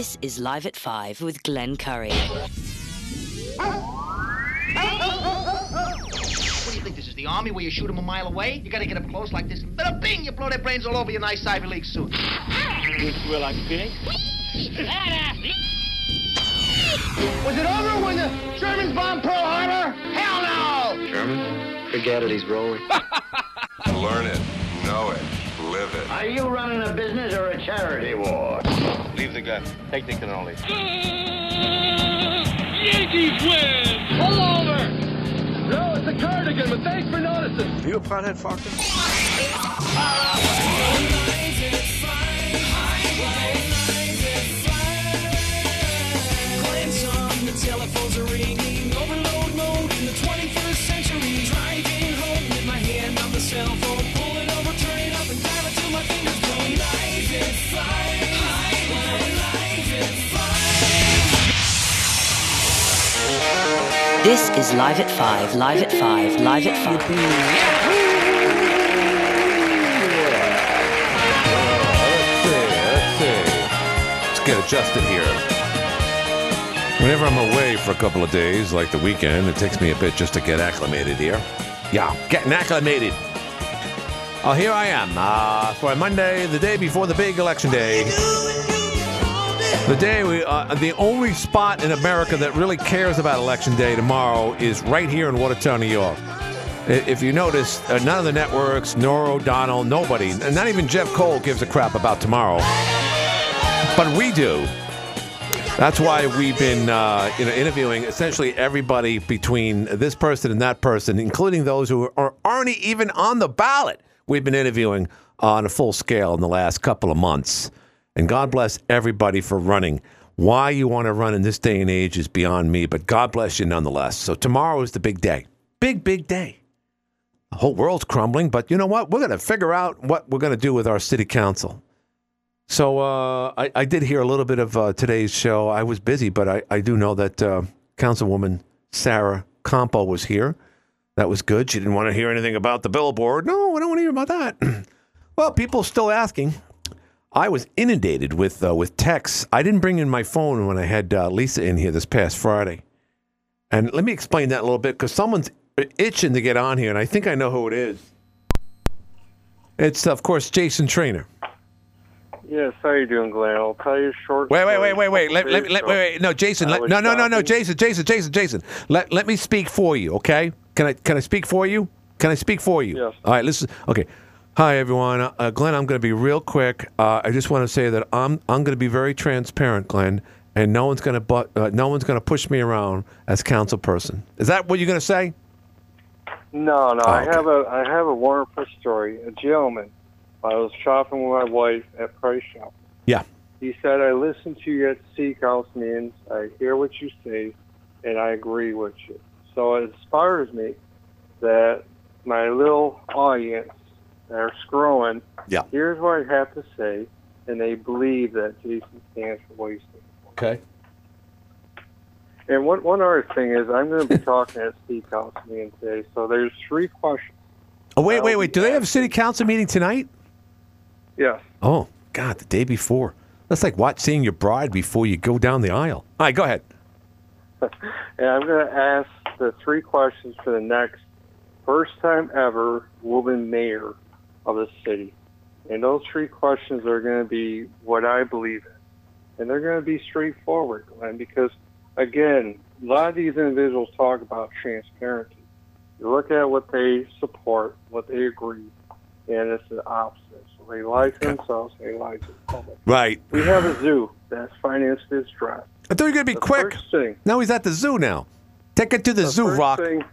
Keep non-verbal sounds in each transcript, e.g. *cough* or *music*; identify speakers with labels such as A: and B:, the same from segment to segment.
A: This is Live at Five with Glenn Curry.
B: What do you think this is? The army where you shoot them a mile away? You gotta get up close like this, and bada bing, you blow their brains all over your nice Ivy League suit. Was it over when the Germans bombed Pearl Harbor? Hell no!
C: Forget it, he's rolling.
D: Learn it, know it, live it.
C: Are you running a business or a charity war?
D: Leave the gun. Take the cannoli.
E: Yankees win! Pull over! No, it's a cardigan, but thanks for noticing.
F: You a pothead, Faulkner?
G: glance on the telephones are ringing overload mode in the 21st century driving home with my hand on the cell phone pull it over turn it up and dial it till my fingers blow life is fine life is
A: This is Live at Five, Live at Five, Live at Five.
H: Let's see. Let's see. Let's get adjusted here. Whenever I'm away for a couple of days, like the weekend, it takes me a bit just to get acclimated here. Yeah, getting acclimated. Oh, here I am uh, for Monday, the day before the big election day. The day we, uh, the only spot in America that really cares about election day tomorrow is right here in Watertown, New York. I- If you notice, uh, none of the networks, nor O'Donnell, nobody, and not even Jeff Cole gives a crap about tomorrow. But we do. That's why we've been uh, you know, interviewing essentially everybody between this person and that person, including those who are, aren't even on the ballot. We've been interviewing on a full scale in the last couple of months. And God bless everybody for running. Why you want to run in this day and age is beyond me, but God bless you nonetheless. So tomorrow is the big day. Big, big day. The whole world's crumbling, but you know what? We're going to figure out what we're going to do with our city council. So uh, I, I did hear a little bit of uh, today's show. I was busy, but I, I do know that uh, Councilwoman Sarah Campo was here. That was good. She didn't want to hear anything about the billboard. No, I don't want to hear about that. *clears throat* well, people still asking. I was inundated with uh, with texts. I didn't bring in my phone when I had uh, Lisa in here this past Friday. And let me explain that a little bit because someone's itching to get on here, and I think I know who it is. It's of course Jason Trainer.
I: Yes, how you doing, Glenn? I'll tell you short.
H: Wait, wait,
I: story.
H: wait, wait, wait. Let, let, let, wait, wait. No, Jason. Let, no, no, no, no, Jason, Jason, Jason, Jason. Let let me speak for you, okay? Can I can I speak for you? Can I speak for you?
I: Yes.
H: All right. Listen. Okay. Hi, everyone. Uh, Glenn, I'm going to be real quick. Uh, I just want to say that I'm I'm going to be very transparent, Glenn, and no one's going to but uh, no one's going to push me around as council person. Is that what you're going to say?
I: No, no.
H: Oh,
I: I
H: okay.
I: have a I have a wonderful story. A gentleman, I was shopping with my wife at Price Shop.
H: Yeah.
I: He said, "I listen to you at city council meetings. I hear what you say, and I agree with you." So it inspires me that my little audience they're screwing.
H: Yeah.
I: Here's what I have to say, and they believe that Jason stands for what he stands
H: Okay.
I: And one one other thing is, I'm going to be talking at Steve Council meeting today. So there's three questions.
H: Oh, wait, wait, wait. Do they have a city council meeting tonight?
I: Yes.
H: Oh, God, the day before. That's like watch seeing your bride before you go down the aisle. All right, go ahead.
I: *laughs* And I'm going to ask the three questions for the next first time ever woman mayor of the city. And those three questions are going to be what I believe in. And they're going to be straightforward, Glenn, because, again, a lot of these individuals talk about transparency. You look at what they support, what they agree, and it's the opposite. So they lie to themselves, they lie to the public.
H: Right.
I: We have a zoo that's financed this draft.
H: I thought you were going to be
I: The
H: quick.
I: first thing
H: Now he's at the zoo now. Take it to the, zoo,
I: first
H: Rock.
I: thing-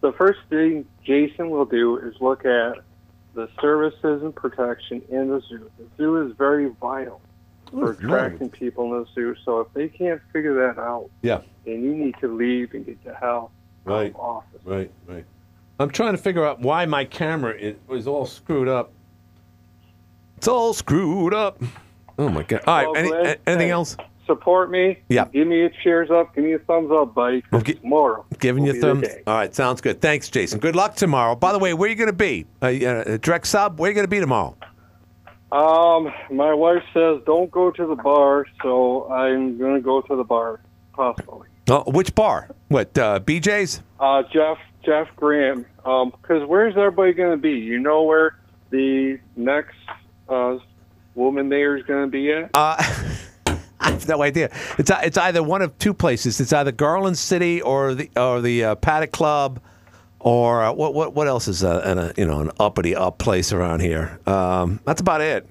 I: the first thing Jason will do is look at the services and protection in the zoo. The zoo is very vital for attracting people in the zoo. So if they can't figure that out,
H: Yeah,
I: then you need to leave and get the hell
H: Right.
I: out of office.
H: right, right. I'm trying to figure out why my camera is, is all screwed up. It's all screwed up. Oh, my God. All right,
I: Well,
H: any,
I: Glenn,
H: a- anything
I: hey,
H: else?
I: Support me.
H: Yeah.
I: Give me a cheers up. Give me a thumbs up, buddy. 'cause
H: Okay.
I: Tomorrow.
H: Giving
I: will
H: you
I: be the
H: thumbs.
I: day.
H: All right, sounds good. Thanks, Jason. Good luck tomorrow. By the way, where are you going to be? Uh, uh, direct sub? Where are you going to be tomorrow?
I: Um, my wife says don't go to the bar, so I'm gonna go to the bar, possibly.
H: Oh, which bar? What, uh, BJ's?
I: Uh, Jeff, Jeff Graham. Um, because where's everybody gonna be? You know where the next uh woman mayor is gonna be at?
H: *laughs* I have no idea. It's uh, it's either one of two places. It's either Garland City or the or the uh, Paddock Club, or uh, what what what else is a, an, a you know an uppity up place around here. Um, that's about it.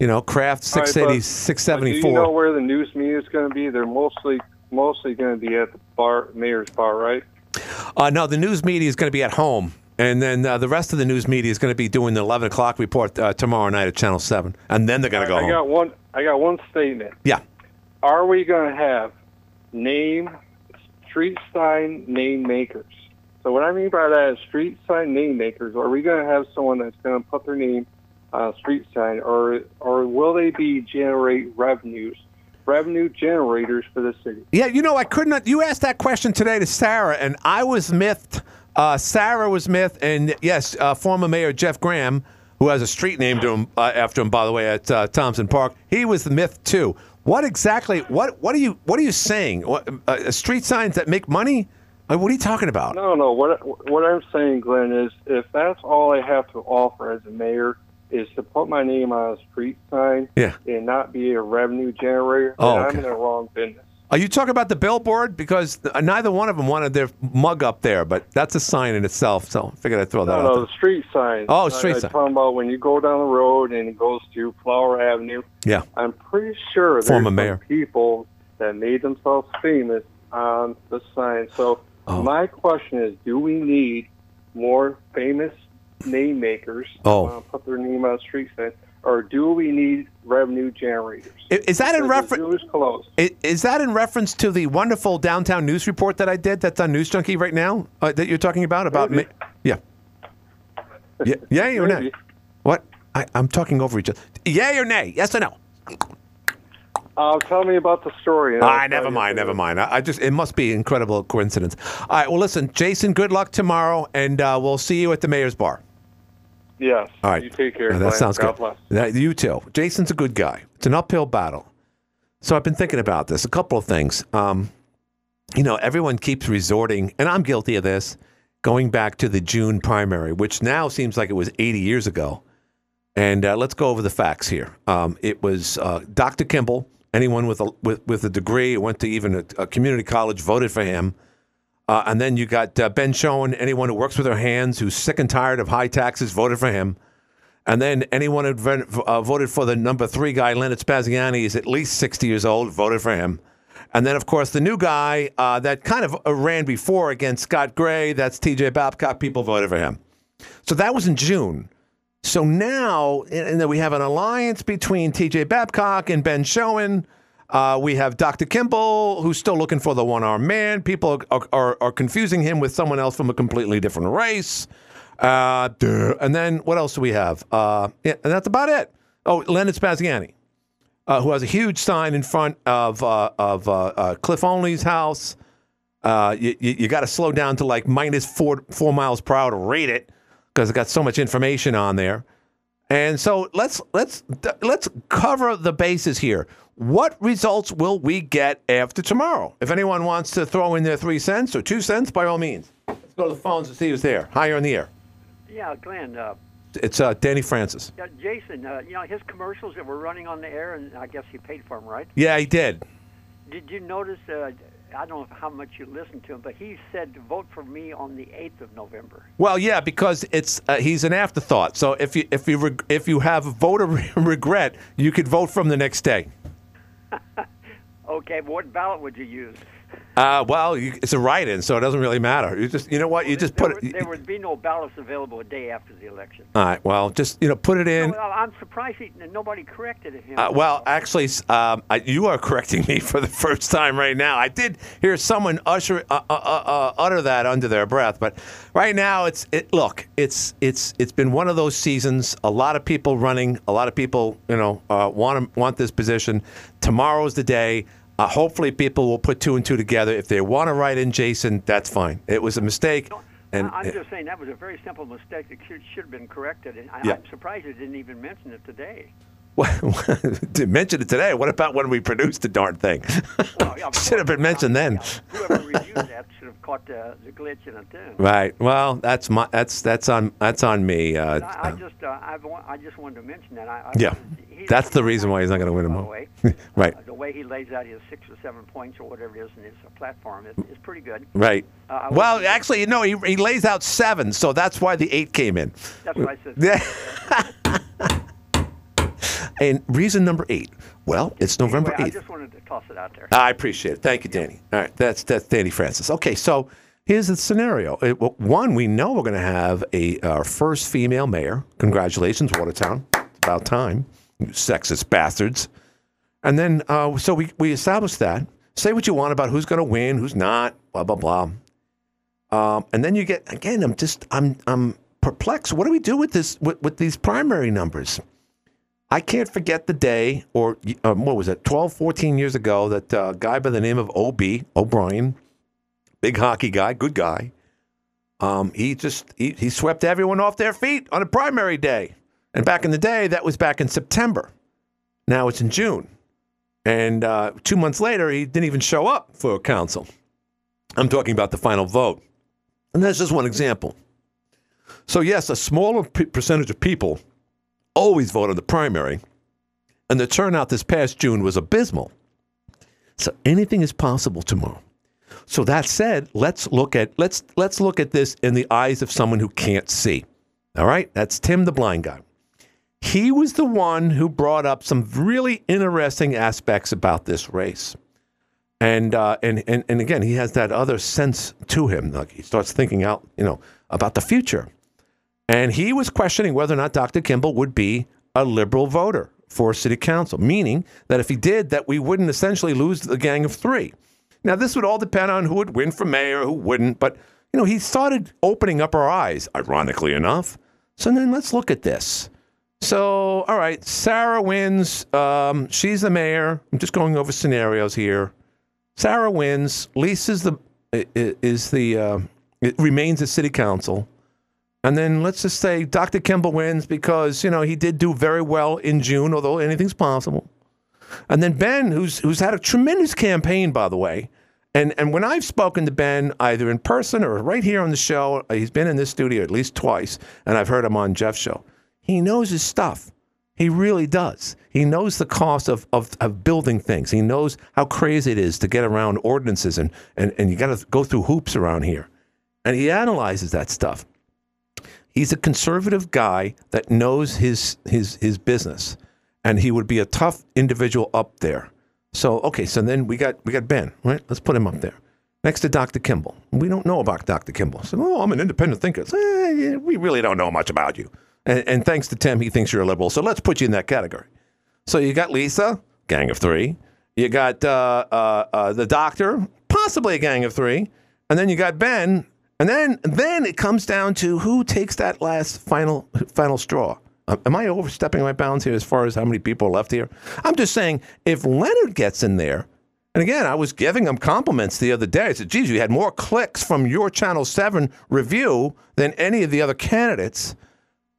H: You know, Kraft
I: All right,
H: six eighty
I: but-
H: six
I: but
H: seventy
I: Do you know
H: four.
I: where the news media is gonna be? They're mostly mostly gonna be at the bar, mayor's bar, right?
H: Uh, no, the news media is going to be at home, and then uh, the rest of the news media is going to be doing the eleven o'clock report uh, tomorrow night at Channel Seven, and then they're going to go
I: I
H: home.
I: got one. I got one statement.
H: Yeah.
I: Are we going to have name street sign name makers? So what I mean by that is street sign name makers. Are we going to have someone that's going to put their name on a street sign, or or will they be generate revenues, revenue generators for the city?
H: Yeah, you know, I could not. You asked that question today to Sarah, and I was miffed. Uh, Sarah was miffed, and yes, uh, former Mayor Jeff Graham, who has a street named to him, uh, after him, by the way, at uh, Thompson Park, he was miffed too. What exactly? What What are you What are you saying? What, uh, street signs that make money? Uh, what are you talking about?
I: No, no. What what I'm saying, Glenn, is if that's all I have to offer as a mayor is to put my name on a street sign
H: Yeah.
I: and not be a revenue generator,
H: Oh,
I: then
H: okay.
I: I'm in the wrong business.
H: Are you talking about the billboard? Because uh, neither one of them wanted their mug up there, but that's a sign in itself. So I figured I'd throw that
I: No,
H: out.
I: no,
H: there.
I: the street signs.
H: Oh, street
I: I,
H: sign.
I: I'm talking about when you go down the road and it goes to Flower Avenue.
H: Yeah.
I: I'm pretty sure there's
H: Former
I: some
H: mayor.
I: people that made themselves famous on the sign. So
H: Oh.
I: my question is, do we need more famous name makers
H: Oh.
I: uh, put their name on a street sign, or do we need revenue generators?
H: I- Is that in
I: Because
H: reference?
I: The zoo is closed.
H: I- Is that in reference to the wonderful downtown news report that I did? That's on News Junkie right now. Uh, that you're talking about about me?
I: Maybe.
H: Yeah. yeah. Yay or nay?
I: Maybe.
H: What? I, I'm talking over each other. Yay or nay? Yes or no?
I: Uh, tell me about the story. and I'll
H: Ah,
I: tell
H: never
I: you
H: mind,
I: if it
H: never
I: is.
H: mind. I, I just it must be incredible coincidence. All right. Well, listen, Jason. Good luck tomorrow, and uh, we'll see you at the mayor's bar.
I: Yes.
H: All right.
I: You take care.
H: Now,
I: Glenn.
H: that sounds
I: God
H: good.
I: Bless.
H: That- you too. Jason's a good guy. It's an uphill battle. So I've been thinking about this. A couple of things. Um, you know, everyone keeps resorting, and I'm guilty of this, going back to the June primary, which now seems like it was 80 years ago. And uh, let's go over the facts here. Um, it was uh, Dr. Kimball. Anyone with a with, with a degree went to even a, a community college voted for him. Uh, and then you got uh, Ben Schoen. Anyone who works with their hands, who's sick and tired of high taxes, voted for him. And then anyone who ven- uh, voted for the number three guy, Leonard Spaziani, is at least 60 years old, voted for him. And then, of course, the new guy uh, that kind of uh, ran before against Scott Gray, that's TJ Babcock, people voted for him. So that was in June. So now, and and then we have an alliance between TJ Babcock and Ben Schoen. Uh, we have Dr. Kimball, who's still looking for the one armed man. People are, are, are confusing him with someone else from a completely different race. Uh, duh. and then what else do we have? Uh, yeah, and that's about it. Oh, Leonard Spaziani, uh, who has a huge sign in front of, uh, of uh, uh, Cliff Only's house. Uh, you you, you got to slow down to like minus four, four miles per hour to read it because it got so much information on there. And so let's let's th- let's cover the bases here. What results will we get after tomorrow? If anyone wants to throw in their three cents or two cents, by all means, let's go to the phones and see who's there. Hi, you're on the air.
F: Yeah, Glenn. Uh,
H: It's uh, Danny Francis.
F: yeah, Jason, uh, you know his commercials that were running on the air, and I guess he paid for them, right?
H: Yeah, he did.
F: Did you notice? Uh, I don't know how much you listened to him, but he said to vote for me on the eighth of November.
H: Well, yeah, because it's uh, he's an afterthought. So if you if you reg- if you have voter *laughs* regret, you could vote from the next day.
F: Okay, but what ballot would you use?
H: Uh, well, you, it's a write-in, so it doesn't really matter. You just you know what you just
F: there
H: put
F: would,
H: it.
F: there would be no ballots available a day after the election.
H: all right. Well, just you know put it in.
F: well, I'm surprised he, nobody corrected him.
H: Uh, well, actually, s- um, I, you are correcting me for the *laughs* first time right now. I did hear someone usher uh, uh, uh, utter that under their breath, but right now it's it. Look, it's it's it's been one of those seasons. A lot of people running. A lot of people, you know, uh, want to- want this position. Tomorrow's the day. Uh, hopefully, people will put two and two together. If they want to write in Jason, that's fine. It was a mistake. And
F: I- Uh, I'm
H: *laughs*
F: just saying that was a very simple mistake that should, should have been corrected, and I,
H: Yeah.
F: I'm surprised you didn't even mention it today.
H: *laughs* to mention it today. What about when we produced the darn thing? *laughs*
F: Well, yeah, of
H: Should have
F: course, uh,
H: been mentioned then.
F: yeah, Whoever reviewed that should have caught the, the glitch in it then.
H: Right. Well, that's my that's that's on that's on me. Uh, *laughs*
F: And I, I just uh, I, wa- I just wanted to mention that. I, I,
H: yeah,
F: he's-
H: that's the reason why he's not going to win them
F: By the
H: all.
F: way,
H: right.
F: uh, the way he lays out his six or seven points or whatever it is in his uh, platform is, is pretty good.
H: Right.
F: Uh, I
H: well,
F: was-
H: actually, no. He, he lays out seven, so that's why the eight came in. *laughs*
F: That's what I said.
H: Mm. Yeah. and reason number eight. Well, it's November
F: Anyway, I
H: eighth.
F: just wanted to toss it out there.
H: I appreciate it. Thank you, Danny. All right, that's that's Danny Francis. Okay, so here's the scenario. It- well, one, we know we're going to have a our first female mayor. Congratulations, Watertown. It's about time, you sexist bastards. And then, uh, so we we established that. Say what you want about who's going to win, who's not, blah blah blah. Um, and then you get again. I'm just I'm I'm perplexed. What do we do with this with, with these primary numbers? I can't forget the day, or um, what was it, 12, 14 years ago, that uh, guy by the name of OB, O'Brien, big hockey guy, good guy, um, he just he, he swept everyone off their feet on a primary day. And back in the day, that was back in September. Now it's in June. And uh, two months later, he didn't even show up for council. I'm talking about the final vote. And that's just one example. So, yes, a smaller p- percentage of people always vote in the primary, and the turnout this past June was abysmal. So anything is possible tomorrow. So that said, let's look at let's let's look at this in the eyes of someone who can't see. All right, that's Tim the blind guy. He was the one who brought up some really interesting aspects about this race. And, uh, and, and and again, he has that other sense to him. Like he starts thinking out, you know, about the future. And he was questioning whether or not Dr. Kimball would be a liberal voter for city council, meaning that if he did, that we wouldn't essentially lose the gang of three. Now, this would all depend on who would win for mayor, who wouldn't, but you know, he started opening up our eyes, ironically enough. So then let's look at this. So, all right, Sarah wins. Um, she's the mayor. I'm just going over scenarios here. Sarah wins. Lisa's the i- i- is the uh, it remains the city council. And then let's just say Dr. Kimball wins because, you know, he did do very well in June, although anything's possible. And then Ben, who's who's had a tremendous campaign, by the way. And and when I've spoken to Ben either in person or right here on the show, uh, he's been in this studio at least twice, and I've heard him on Jeff's show. He knows his stuff. He really does. He knows the cost of, of, of building things. He knows how crazy it is to get around ordinances and, and, and you gotta go through hoops around here. And he analyzes that stuff he's a conservative guy that knows his his his business, and he would be a tough individual up there. So okay, so then we got we got Ben, right? Let's put him up there next to Dr. Kimball. We don't know about Dr. Kimball. So oh, I'm an independent thinker. It's, eh, yeah, we really don't know much about you. And, and thanks to Tim, he thinks you're a liberal. So let's put you in that category. So you got Lisa, gang of three. You got uh, uh, uh, the doctor, possibly a gang of three, and then you got Ben, and then then it comes down to who takes that last final final straw. Uh, Am I overstepping my bounds here as far as how many people are left here? I'm just saying if Leonard gets in there, and again, I was giving him compliments the other day. I said, geez, you had more clicks from your Channel 7 review than any of the other candidates.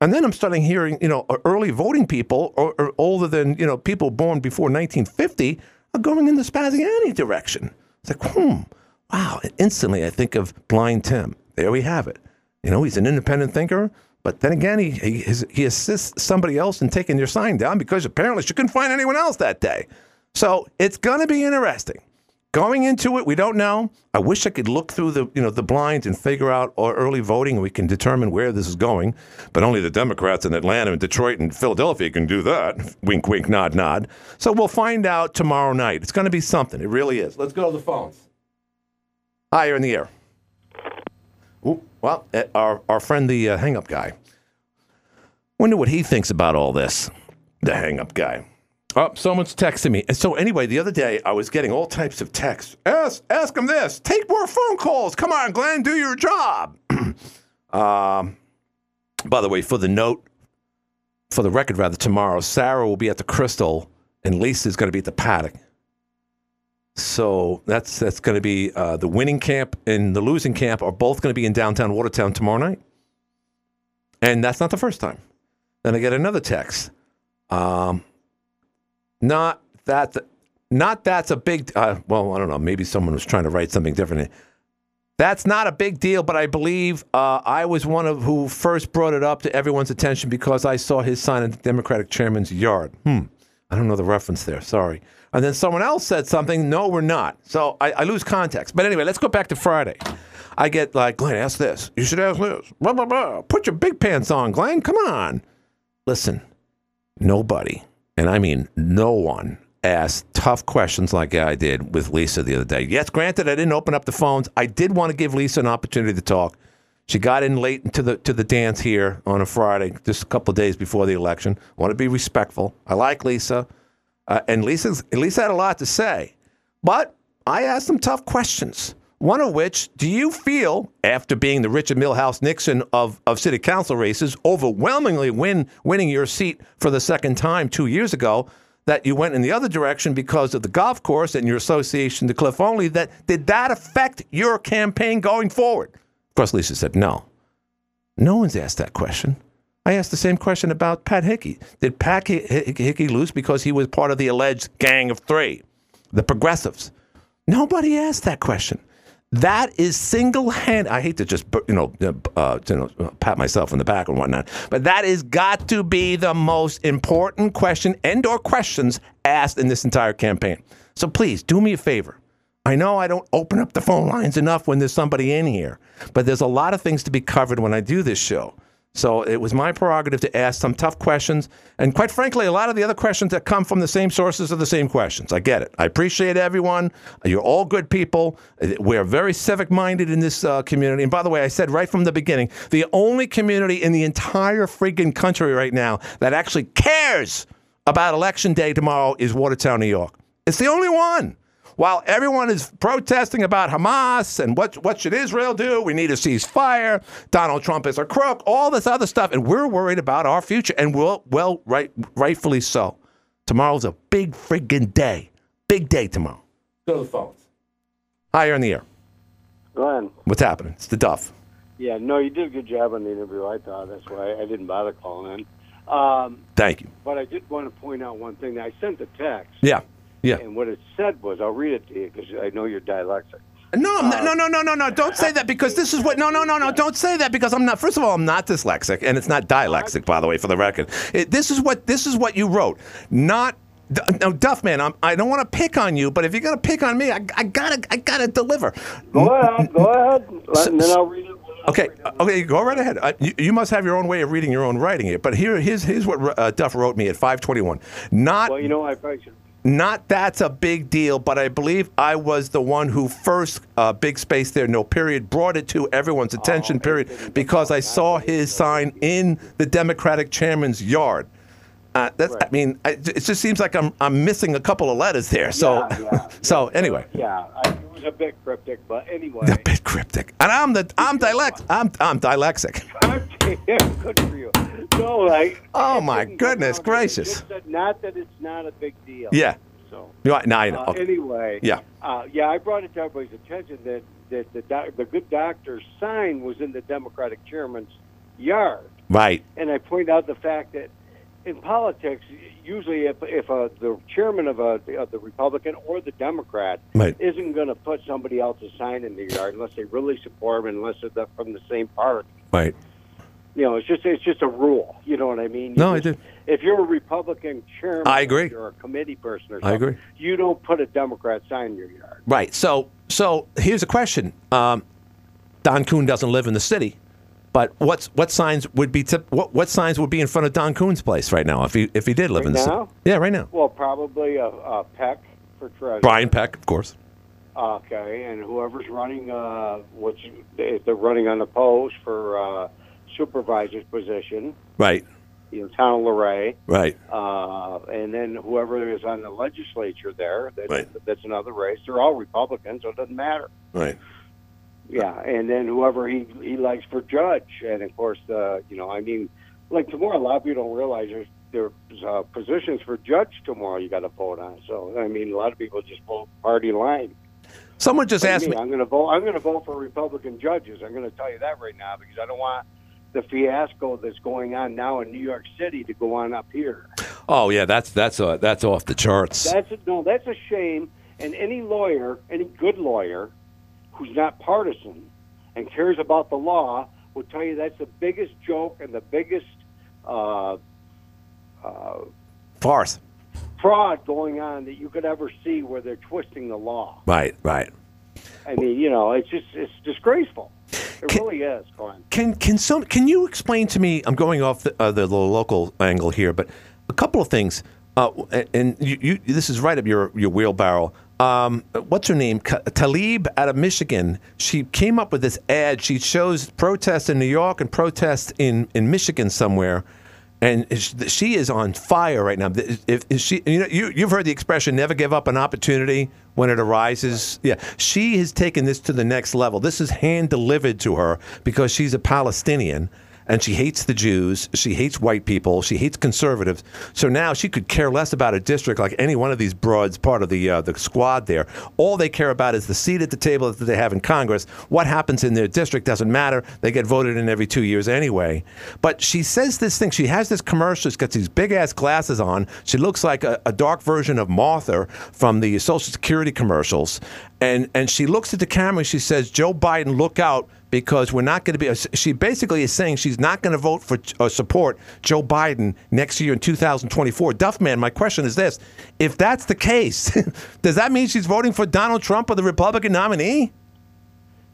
H: And then I'm starting hearing, you know, uh, early voting people or, or older than, you know, people born before 1950 are going in the Spaziani direction. It's like, hmm, wow. And instantly I think of Blind Tim. There we have it. You know, he's an independent thinker, but then again, he, he, his- he assists somebody else in taking their sign down because apparently she couldn't find anyone else that day. So it's going to be interesting. Going into it, we don't know. I wish I could look through the you know the blinds and figure out or early voting. and We can determine where this is going, but only the Democrats in Atlanta and Detroit and Philadelphia can do that. *laughs* Wink, wink, nod, nod. So we'll find out tomorrow night. It's going to be something. It really is. Let's go to the phones. Hi, you're in the air. Ooh, well, eh, our our friend the uh, hang up guy. Wonder what he thinks about all this. The hang up guy. Oh, someone's texting me. And so anyway, the other day I was getting all types of texts. Ask ask him this. Take more phone calls. Come on, Glenn, do your job. *clears throat* um, by the way, for the note, for the record rather, tomorrow Sarah will be at the Crystal and Lisa's going to be at the Paddock. So that's that's going to be uh, the winning camp and the losing camp are both going to be in downtown Watertown tomorrow night, and that's not the first time. Then I get another text. Um, not that, not that's a big. Uh, well, I don't know. Maybe someone was trying to write something different. That's not a big deal, but I believe uh, I was one of who first brought it up to everyone's attention because I saw his sign in the Democratic chairman's yard. Hmm. I don't know the reference there. Sorry. And then someone else said something. No, we're not. So I, I lose context. But anyway, let's go back to Friday. I get like, Glenn, ask this. You should ask this. Blah, blah, blah. Put your big pants on, Glenn. Come on. Listen, nobody, and I mean no one, asked tough questions like I did with Lisa the other day. Yes, granted, I didn't open up the phones. I did want to give Lisa an opportunity to talk. She got in late to the to the dance here on a Friday, just a couple of days before the election. I want to be respectful. I like Lisa, uh, and Lisa's Lisa had a lot to say, but I asked some tough questions. One of which, do you feel, after being the Richard Milhouse Nixon of, of city council races, overwhelmingly win winning your seat for the second time two years ago, that you went in the other direction because of the golf course and your association to Cliff Only, that did that affect your campaign going forward? Of course, Lisa said no. No one's asked that question. I asked the same question about Pat Hickey. Did Pat Hi- Hi- Hickey lose because he was part of the alleged gang of three, the progressives? Nobody asked that question. That is single hand. I hate to just you know, uh, uh, you know uh, pat myself in the back and whatnot, but that has got to be the most important question and or questions asked in this entire campaign. So please do me a favor. I know I don't open up the phone lines enough when there's somebody in here, but there's a lot of things to be covered when I do this show. So it was my prerogative to ask some tough questions. And quite frankly, a lot of the other questions that come from the same sources are the same questions. I get it. I appreciate everyone. You're all good people. We're very civic minded in this uh, community. And by the way, I said right from the beginning the only community in the entire freaking country right now that actually cares about election day tomorrow is Watertown, New York. It's the only one. While everyone is protesting about Hamas and what what should Israel do, we need a ceasefire. Donald Trump is a crook. All this other stuff, and we're worried about our future, and we'll, well, right, rightfully so. Tomorrow's a big friggin' day, big day tomorrow. Go to the phones. Higher in the air.
J: Glenn.
H: What's happening? It's the Duff.
J: Yeah, no, you did a good job on the interview. I thought that's why I didn't bother calling in. Um,
H: Thank you.
J: but I did want to point out one thing. I sent the text,
H: Yeah, yeah.
J: and what it said was, I'll read it to you because I know you're dyslexic.
H: No, I'm not- no, no, no, no, no. Don't say that because this is what. No, no, no, no. Don't say that because I'm not. First of all, I'm not dyslexic, and it's not dilexic, by the way, for the record. It, this is what this is what you wrote. Not D- no, Duff man. I'm, I don't want to pick on you, but if you're gonna pick on me, I, I gotta I gotta deliver.
J: Go ahead, go
H: *laughs*
J: ahead, Let- and then I'll read it.
H: Mm-hmm. Okay, okay, go right ahead. I, you, you must have your own way of reading your own writing here. But here, here's here's what uh, Duff wrote me at 5:21. Not
J: Well, you know, I probably should.
H: not that's a big deal, but I believe I was the one who first uh, big space there, no period, brought it to everyone's
J: Oh,
H: attention, period, because I saw his sign in the Democratic chairman's yard. Uh, that's, I mean, I, it just seems like I'm I'm missing a couple of letters there. So,
J: Yeah, yeah.
H: *laughs* so anyway,
J: Yeah, I, it was a bit cryptic, but anyway.
H: *laughs*
J: *laughs*
H: a bit cryptic, and I'm the I'm dilex I'm I'm dyslexic.
J: Okay, good for you. No, like.
H: Oh,
J: it
H: my
J: didn't go
H: goodness
J: down. It
H: gracious.
J: just said Not that it's not a big deal.
H: Yeah,
J: So.
H: you know, now I know.
J: Uh,
H: Okay.
J: Anyway.
H: Yeah.
J: Uh, yeah, I brought it to everybody's attention that, that the, doc, the good doctor's sign was in the Democratic chairman's yard.
H: Right.
J: And I point out the fact that in politics, usually if, if uh the chairman of, a, of the Republican or the Democrat
H: Right.
J: isn't going to put somebody else's sign in the yard unless they really support him, unless they're the- from the same party
H: Right.
J: you know, it's just it's just a rule. You know what I mean? You
H: No, I
J: just-
H: do.
J: If you're a Republican chairman,
H: I agree.
J: Or a committee person, or
H: I
J: something,
H: agree.
J: You don't put a Democrat sign in your yard.
H: Right. So so here's a question. Um, Don Kuhn doesn't live in the city, but what's what signs would be tip, what what signs would be in front of Don Kuhn's place right now if he if he did live in the
J: Right
H: city?
J: now?
H: Yeah, right now.
J: Well, probably a, a Peck for treasurer.
H: Brian Peck, of course.
J: Okay, and whoever's running, uh, which if they're running on the polls for uh, supervisor's position,
H: Right.
J: you know, town of Luray,
H: Right.
J: uh, and then whoever is on the legislature there, that's,
H: Right.
J: that's another race. They're all Republicans, so it doesn't matter.
H: Right.
J: Yeah, and then whoever he he likes for judge, and of course, uh, you know, I mean, like tomorrow, a lot of people don't realize there's their uh, positions for judge tomorrow. You got to vote on. So I mean, a lot of people just vote party line.
H: Someone just
J: What do you
H: asked me.
J: mean? I'm going to vote. I'm going to vote for Republican judges. I'm going to tell you that right now because I don't want the fiasco that's going on now in New York City to go on up here.
H: Oh yeah, that's that's uh, that's off the charts.
J: That's a, no, that's a shame. And any lawyer, any good lawyer, who's not partisan and cares about the law, will tell you that's the biggest joke and the biggest uh, uh,
H: Farce.
J: fraud going on that you could ever see, where they're twisting the law.
H: Right, right.
J: I mean, you know, it's just it's disgraceful. It really is, Glenn.
H: Can can some can you explain to me? I'm going off the, uh, the lo- local angle here, but a couple of things. Uh, and- and you, you, this is right up your your wheelbarrow. Um, what's her name? Ka- Talib out of Michigan. She came up with this ad. She shows protests in New York and protests in in Michigan somewhere. And sh- she is on fire right now. Th- If if she, you know, you, you've heard the expression "never give up an opportunity when it arises." Yeah, she has taken this to the next level. This is hand delivered to her because she's a Palestinian and she hates the Jews. She hates white people. She hates conservatives. So now she could care less about a district like any one of these broads part of the uh, the squad there. All they care about is the seat at the table that they have in Congress. What happens in their district doesn't matter. They get voted in every two years anyway. But she says this thing. She has this commercial. She's got these big ass glasses on. She looks like a, a dark version of Martha from the Social Security commercials. And and she looks at the camera. and She says, "Joe Biden, look out." because we're not going to be. She basically is saying she's not going to vote for uh, support Joe Biden next year in 2024. Duffman, my question is this: If that's the case, *laughs* does that mean she's voting for Donald Trump or the Republican nominee?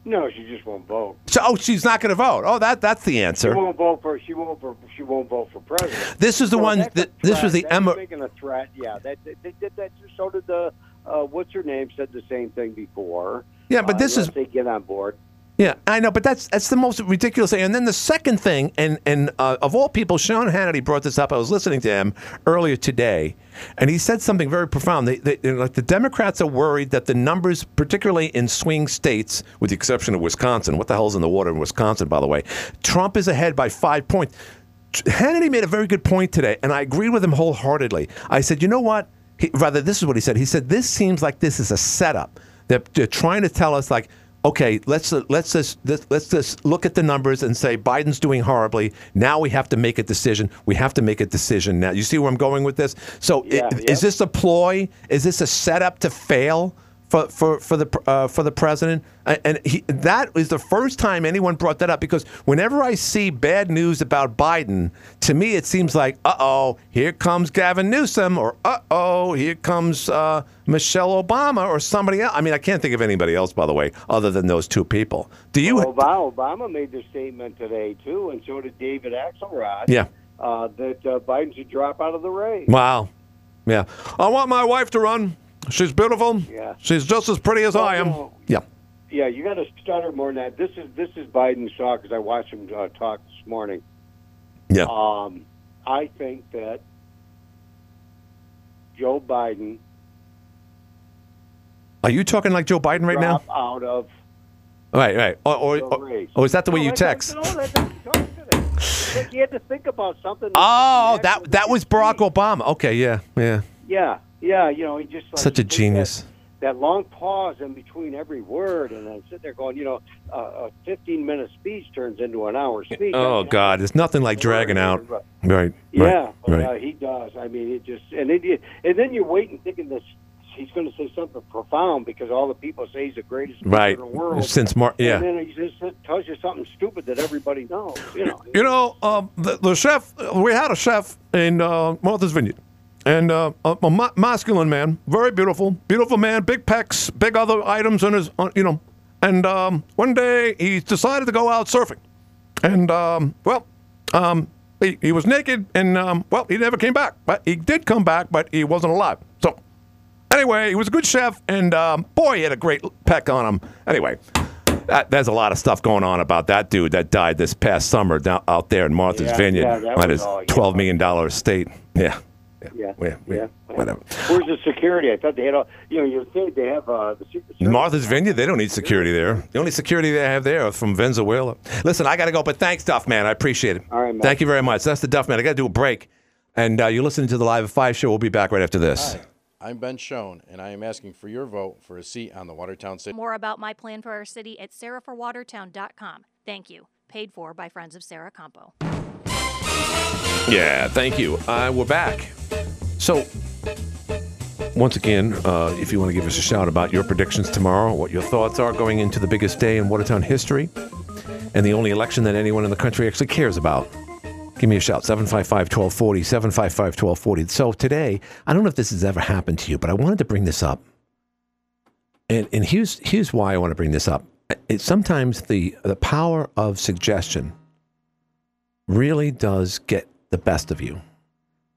J: No, she just won't vote.
H: So, oh, she's not going to vote. Oh, that that's the
J: She
H: answer.
J: won't vote for. She won't. For, she won't vote for president.
H: This is the
J: No,
H: one-
J: that's a
H: th- this
J: threat.
H: was the
J: That's
H: Emma-
J: making a threat. Yeah, that they, they did that. So did the uh, what's her name said the same thing before.
H: Yeah, but
J: Uh,
H: this
J: unless
H: is-
J: they get on board.
H: Yeah, I know, but that's that's the most ridiculous thing. And then the second thing, and and uh, of all people, Sean Hannity brought this up. I was listening to him earlier today, and he said something very profound. They, they, they're like the Democrats are worried that the numbers, particularly in swing states, with the exception of Wisconsin, what the hell's in the water in Wisconsin, by the way? Trump is ahead by five points. Hannity made a very good point today, and I agree with him wholeheartedly. I said, you know what? He, rather, this is what he said. He said, this seems like this is a setup. They're, they're trying to tell us, like, okay, let's let's just let's, let's just look at the numbers and say Biden's doing horribly. Now we have to make a decision. We have to make a decision now. You see where I'm going with this? So, i-
J: Yeah,
H: is this a ploy? Is this a setup to fail? for for for the uh, for the president, A- and he, that is the first time anyone brought that up because whenever I see bad news about Biden, to me it seems like uh oh, here comes Gavin Newsom, or uh oh, here comes uh, Michelle Obama, or somebody else. I mean, I can't think of anybody else by the way, other than those two people. Do you?
J: Obama, Obama made the statement today too, and so did David Axelrod.
H: Yeah.
J: uh, that uh, Biden should drop out of the race.
H: Wow. Yeah. I want my wife to run. She's beautiful.
J: Yeah.
H: She's just as pretty as I am.
J: no.
H: Yeah.
J: Yeah, you got to stutter more than that. This is this is Biden's talk because I watched him uh, talk this morning.
H: Yeah.
J: Um, I think that Joe Biden
H: Are you talking like Joe Biden right now?
J: drop out of
H: Right, right. Or, or,
J: the
H: or,
J: race.
H: or is that the way
J: No,
H: you
J: that's not-
H: text?
J: No, that's not what he talked today. It's like he had to think about something.
H: Oh, that that was Barack Obama. Okay, yeah, yeah.
J: Yeah, yeah. You know, he just like,
H: Such a
J: took that-
H: genius.
J: That, long pause in between every word, and I'm sitting there going, you know, uh, a 15 minute speech turns into an hour speech.
H: Oh
J: I mean,
H: God, it's nothing like dragging out. Right,
J: Yeah,
H: right,
J: but, uh,
H: right.
J: he does. I mean, it just and it, and then you're waiting, thinking that he's going to say something profound because all the people say he's the greatest speaker
H: Right.
J: in the world.
H: Since Mar- yeah.
J: and then he just tells you something stupid that everybody knows. You know,
H: You know, um, the, the chef. We had a chef in uh, Martha's Vineyard, and uh, a, a mu- masculine man, very beautiful, beautiful man, big pecs, big other items in his, on you know. And um, one day he decided to go out surfing, and um, well, um, he, he was naked, and um, well, he never came back. But he did come back, but he wasn't alive. So Anyway, he was a good chef, and um, boy, he had a great peck on him. Anyway, that, there's a lot of stuff going on about that dude that died this past summer down out there in Martha's
J: Yeah,
H: Vineyard
J: yeah, that was
H: on his
J: all, yeah.
H: twelve million dollar estate. Yeah,
J: Yeah,
H: yeah, yeah, whatever.
J: Where's the security? I thought they had all. You know, you think they have uh, the secret. Service.
H: Martha's Vineyard, they don't need security there. The only security they have there is from Venezuela. Listen, I got to go, but thanks, Duff Man. I appreciate it.
J: All right, man.
H: Thank you very much. That's the Duff Man. I got to do a break. And uh, you're listening to the Live at Five show. We'll be back right after this.
K: I'm Ben Schoen, and I am asking for your vote for a seat on the Watertown City.
L: More about my plan for our city at sarahforwatertown.com. Thank you. Paid for by Friends of Sarah Campo.
H: Yeah, thank you. Uh, we're back. So, once again, uh, if you want to give us a shout about your predictions tomorrow, what your thoughts are going into the biggest day in Watertown history, and the only election that anyone in the country actually cares about, give me a shout 755 1240, 755 1240. So, today, I don't know if this has ever happened to you, but I wanted to bring this up. And, and here's, here's why I want to bring this up. It, sometimes the, the power of suggestion really does get the best of you.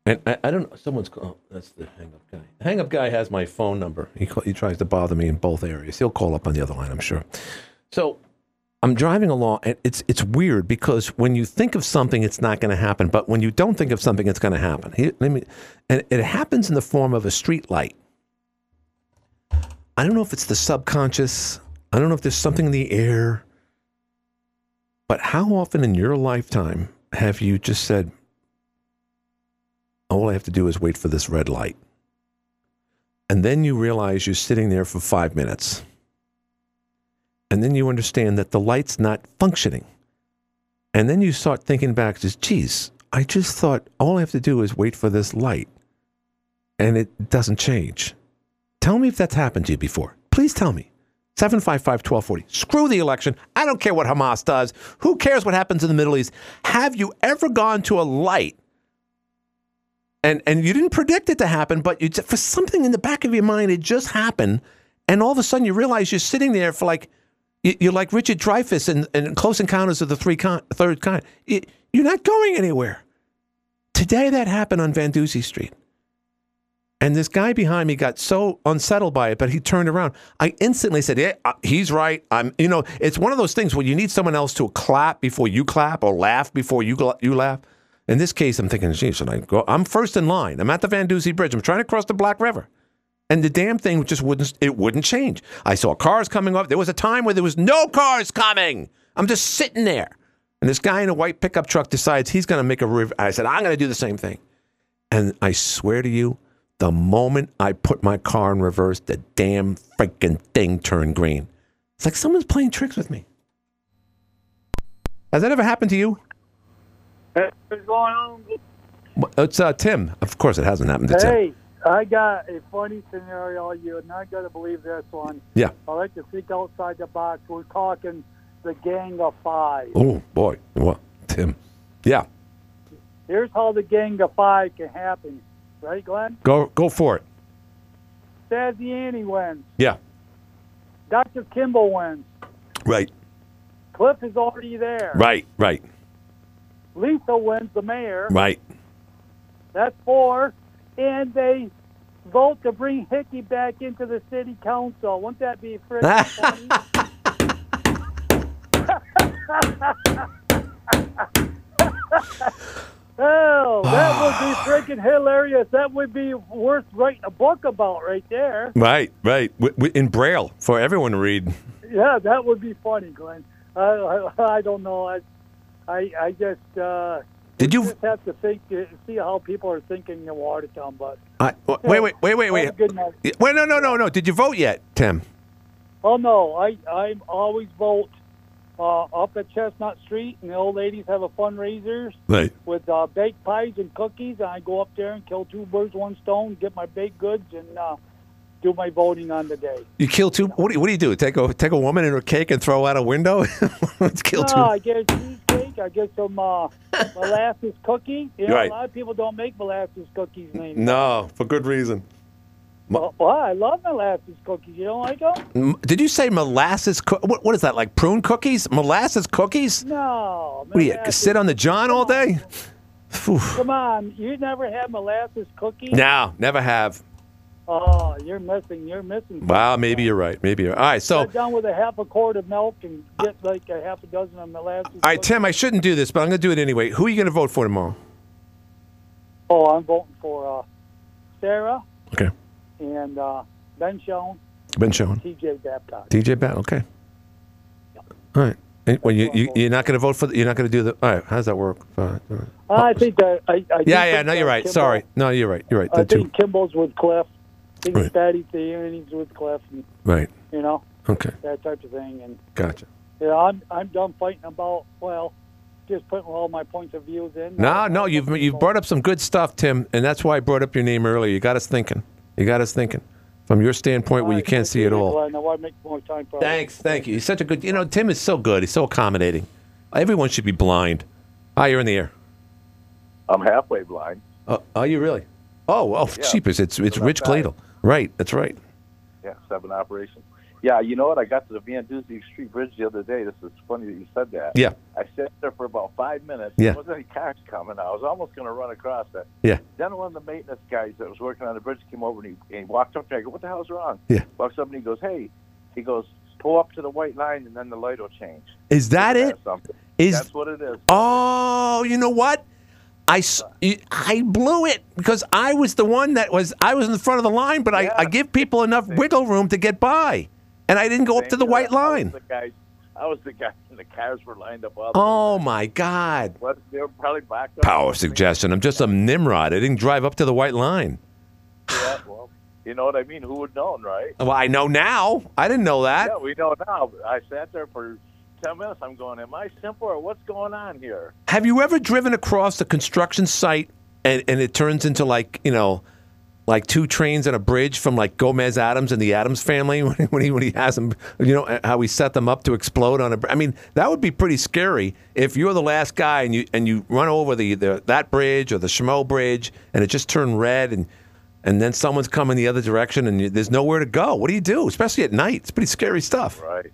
H: And I, I don't know. Someone's oh, that's the hang up guy. Hang up guy has my phone number. He call, he tries to bother me in both areas. He'll call up on the other line, I'm sure. So I'm driving along, and it's it's weird because when you think of something, it's not going to happen, but when you don't think of something, it's going to happen. He, let me, and it happens in the form of a street light. I don't know if it's the subconscious. I don't know if there's something in the air. But how often in your lifetime have you just said, all I have to do is wait for this red light? And then you realize you're sitting there for five minutes. And then you understand that the light's not functioning. And then you start thinking back, just, geez, I just thought all I have to do is wait for this light. And it doesn't change. Tell me if that's happened to you before. Please tell me. 755 1240. Screw the election. I don't care what Hamas does. Who cares what happens in the Middle East? Have you ever gone to a light and, and you didn't predict it to happen, but you, for something in the back of your mind, it just happened. And all of a sudden, you realize you're sitting there for like, you- you're like Richard Dreyfuss in, in Close Encounters of the three con- Third Kind. You- You're not going anywhere. Today, that happened on Van Duzy Street. And this guy behind me got so unsettled by it, but he turned around. I instantly said, "Yeah, uh, he's right." I'm, you know, it's one of those things where you need someone else to clap before you clap or laugh before you gla- you laugh. In this case, I'm thinking, "Geez, should I go?" I'm first in line. I'm at the Van Duzy Bridge. I'm trying to cross the Black River, and the damn thing just wouldn't it wouldn't change. I saw cars coming up. There was a time where there was no cars coming. I'm just sitting there, and this guy in a white pickup truck decides he's going to make a. Rev- I said, "I'm going to do the same thing." And I swear to you, the moment I put my car in reverse, the damn freaking thing turned green. It's like someone's playing tricks with me. Has that ever happened to you?
M: What's going on?
H: It's uh, Tim. Of course, it hasn't happened to Tim.
M: Hey, I got a funny scenario you, and I gotta believe this one.
H: Yeah.
M: I like to think outside the box. We're talking the gang of five.
H: Oh boy, what Tim? Yeah,
M: Here's how the gang of five can happen. Right, Glenn?
H: go go for it.
M: Saziani wins.
H: Yeah,
M: Dr. Kimball wins.
H: right,
M: Cliff is already there.
H: right, right,
M: Lisa wins the mayor.
H: right.
M: That's four. And they vote to bring Hickey back into the city council. Wouldn't that be freaking funny? oh, that would be freaking hilarious. That would be worth writing a book about right there.
H: Right, right. W- w- in braille for everyone to read.
M: Yeah, that would be funny, Glenn. I, I, I don't know. I, I, I just. Uh,
H: Did you-
M: just have to think to see how people are thinking in Watertown? But
H: I, wait, wait, wait, wait,
M: Have a
H: wait.
M: good night.
H: Wait, no, no, no, no. Did you vote yet, Tim?
M: Oh no, I I always vote uh, up at Chestnut Street, and the old ladies have a fundraiser
H: Right.
M: with uh, baked pies and cookies. And I go up there and kill two birds, one stone, get my baked goods, and uh, do my voting on the day.
H: You kill two. What do you, what do you do? Take a take a woman and her cake and throw out a window? *laughs* Let's kill
M: no,
H: two.
M: I get a cheesecake. I get
H: *laughs*
M: some uh, molasses cookie. You know,
H: Right.
M: a lot of people don't make molasses cookies anymore.
H: No, for good reason.
M: Well, well, I love molasses cookies. You don't like them?
H: M- Did you say molasses? Co- what, what is that? Like prune cookies? Molasses cookies?
M: No.
H: What do you
M: molasses-
H: sit on the john all day? Phew.
M: Come on, you never had molasses cookies?
H: No, never have.
M: Oh, you're missing. You're missing.
H: Wow, maybe you're right. Maybe you're all right. So, all
M: Sit down with a half a quart of milk and get like a half a dozen of molasses.
H: right, Tim. I shouldn't do this, but I'm going to do it anyway. Who are you going to vote for tomorrow?
M: Oh, I'm voting for uh, Sarah
H: Okay,
M: and uh, Ben Schoen,
H: Ben Schoen,
M: TJ Babcock.
H: DJ Bat. Okay. All right. And- Well, you, you you're not going to vote for the, you're not going to do the. All right. How does that work? All right, all right.
M: I think that I, I do
H: Oh, yeah, yeah.
M: think
H: No, you're
M: that
H: right.
M: Kimball-
H: Sorry. No, you're right. You're right.
M: I
H: That too.
M: think Kimball's with Cliff. I think
H: Right.
M: Fatty Theaney's with Cliff. And,
H: Right.
M: You know.
H: Okay.
M: That type of thing, and
H: Gotcha.
M: yeah, I'm I'm done fighting about well, just putting all my points of views in.
H: No, no. You've you've brought up some good stuff, Tim, and that's why I brought up your name earlier. You got us thinking. You got us thinking from your standpoint where you can't see it all.
M: Glenn, I want to make more time. For
H: Thanks, thank you. He's such a good. You know, Tim is so good. He's so accommodating. Everyone should be blind. Hi, Ah, you're in the air.
N: I'm halfway blind.
H: Uh, are you really? Oh, oh, cheapest. It's it's Rich Cladle. Right. That's right.
N: Yeah, seven operations. Yeah, you know what? I got to the Van Dusen Street Bridge the other day. This is funny that you said that.
H: Yeah.
N: I sat there for about five minutes.
H: Yeah.
N: There wasn't any cars coming. I was almost going to run across it.
H: Yeah.
N: Then one of the maintenance guys that was working on the bridge came over and he, and he walked up there. I go, what the hell's wrong?
H: Yeah.
N: Walks up and he goes, hey. He goes, pull up to the white line and then the light will change.
H: Is that it?
N: Something.
H: Is
N: That's what it is.
H: Oh, you know what? I, s- I blew it because I was the one that was I was in the front of the line, but I, I give people enough wiggle room to get by, and I didn't go up to the
N: Same
H: white
N: here. I was
H: line.
N: the guy- I was the guy, and the cars were lined up all the
H: Oh my God!
N: What? They were probably backed up.
H: Power of suggestion. I'm just a nimrod. I didn't drive up to the white line.
N: Yeah, well, you know what I mean? Who would have known, right?
H: Well, I know now. I didn't know that.
N: Yeah, we know now. but I sat there for 10 minutes. I'm going, am I simple or what's going on here?
H: Have you ever driven across a construction site and, and it turns into like, you know, like two trains and a bridge from like Gomez Adams and the Adams family *laughs* when he, when he, when he has them, you know, uh, how he set them up to explode on a. br- I mean, that would be pretty scary if you're the last guy and you and you run over the, the that bridge or the Schmo bridge and it just turned red and and then someone's coming the other direction and you, there's nowhere to go. What do you do? Especially at night. It's pretty scary stuff.
N: Right.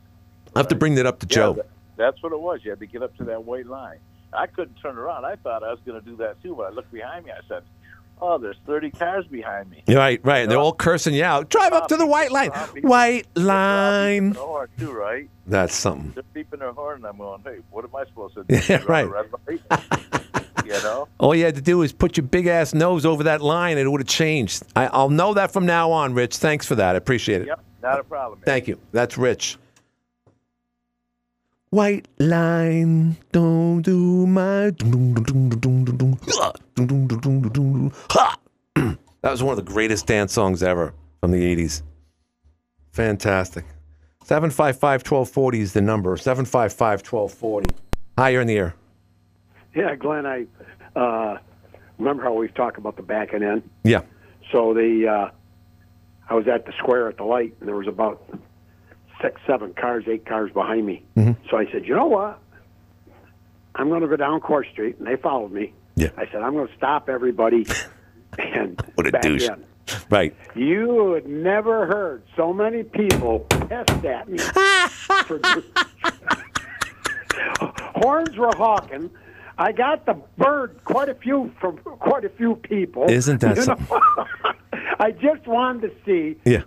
H: I have to bring that up to
N: Yeah,
H: Joe.
N: tha- That's what it was. You had to get up to that white line. I couldn't turn around. I thought I was going to do that too, but I looked behind me. I said, oh, there's 30 cars behind me.
H: Right, right. They're all cursing you out. Drive up to the white line. White line.
N: The horn, too, right?
H: That's something.
N: They're beeping their horn, and I'm going, hey, what am I supposed to do?
H: *laughs* Yeah,
N: Run a
H: right.
N: red light? you know?
H: All you had to do is put your big ass nose over that line, and it would have changed. I, I'll know that from now on, Rich. Thanks for that. I appreciate it.
N: Yep, not a problem.
H: Thank you. That's Rich. White line, don't do my. *clears throat* That was one of the greatest dance songs ever from the 80s. Fantastic. 755 1240 is the number. 755 1240. Hi, you're in the air.
O: Yeah, Glenn, I uh, remember how we've talked about the backing in.
H: Yeah.
O: So the uh, I was at the square at the light, and there was about six, seven cars, eight cars behind me.
H: Mhm.
O: So I said, you know what? I'm going to go down Court Street, and they followed me.
H: Yeah.
O: I said, I'm going to stop everybody. and
H: What a
O: back
H: douche.
O: in.
H: Right.
O: You had never heard so many people pissed
H: *laughs*
O: at me. for, horns were hawking. I got the bird quite a few from quite a few people.
H: Isn't that
O: You know? I just wanted to see
H: Yeah.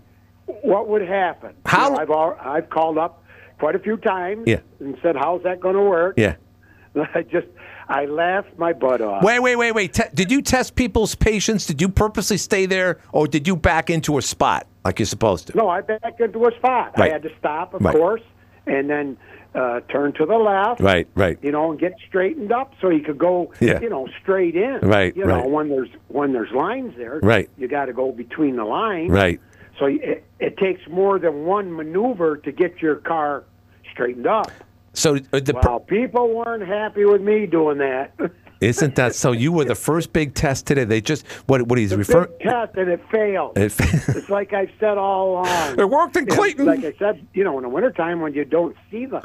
O: what would happen. How I've al- I've called up quite a few times
H: Yeah.
O: and said, "How's that going to work?"
H: Yeah.
O: *laughs* I just I laughed my butt off.
H: Wait, wait, wait, wait. Te- did you test people's patience? Did you purposely stay there, or did you back into a spot like you're supposed to?
O: No, I backed into a spot.
H: Right.
O: I had to stop, of
H: Right.
O: course, and then uh, turn to the left.
H: Right, right.
O: You know, and get straightened up so you could go.
H: Yeah.
O: You know, straight in.
H: Right,
O: You
H: right.
O: know, when there's when there's lines there.
H: Right.
O: You got to go between the lines.
H: Right.
O: So it, it takes more than one maneuver to get your car straightened up.
H: So uh, the per-
O: Well, people weren't happy with me doing that. *laughs*
H: isn't that so? You were the first big test today. They just what what he's
O: *laughs*
H: referring.
O: Test and it failed. it's like I've said all
H: *laughs*
O: along.
H: It worked in
O: You know,
H: Clayton.
O: like I said, you know, in the wintertime when you don't see the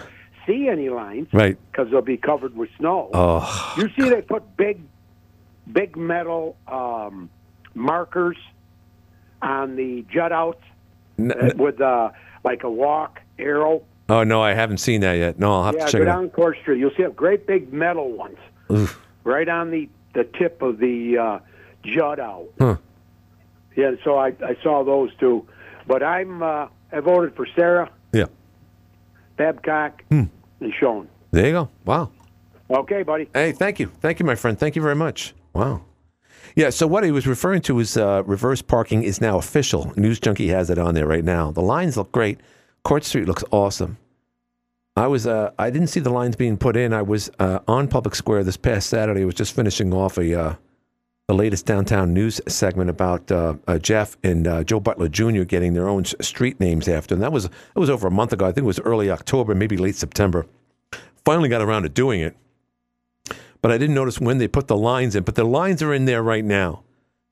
O: see any lines
H: Right.
O: because they'll be covered with snow.
H: Oh.
O: You see, they put big, big metal um, markers on the jut outs
H: N-
O: uh, with uh, like a walk arrow.
H: Oh no, I haven't seen that yet. No, I'll have
O: yeah,
H: to check
O: go
H: it out.
O: down Court Street. You'll see a great big metal ones
H: Oof.
O: right on the the tip of the uh, jut out.
H: Huh.
O: Yeah, so I, I saw those two, but I'm uh, I voted for Sarah.
H: Yeah.
O: Babcock
H: Hmm.
O: and Schoen.
H: There you go. Wow.
O: Okay, buddy.
H: Hey, thank you, thank you, my friend. Thank you very much. Wow. Yeah. So what he was referring to is uh, reverse parking is now official. News Junkie has it on there right now. The lines look great. Court Street looks awesome. I was uh, I didn't see the lines being put in. I was uh, on Public Square this past Saturday. I was just finishing off a uh, the latest downtown news segment about uh, uh, Jeff and uh, Joe Butler Jr. getting their own s- street names after. And that was that was over a month ago. I think it was early October, maybe late September. Finally got around to doing it, but I didn't notice when they put the lines in. But the lines are in there right now.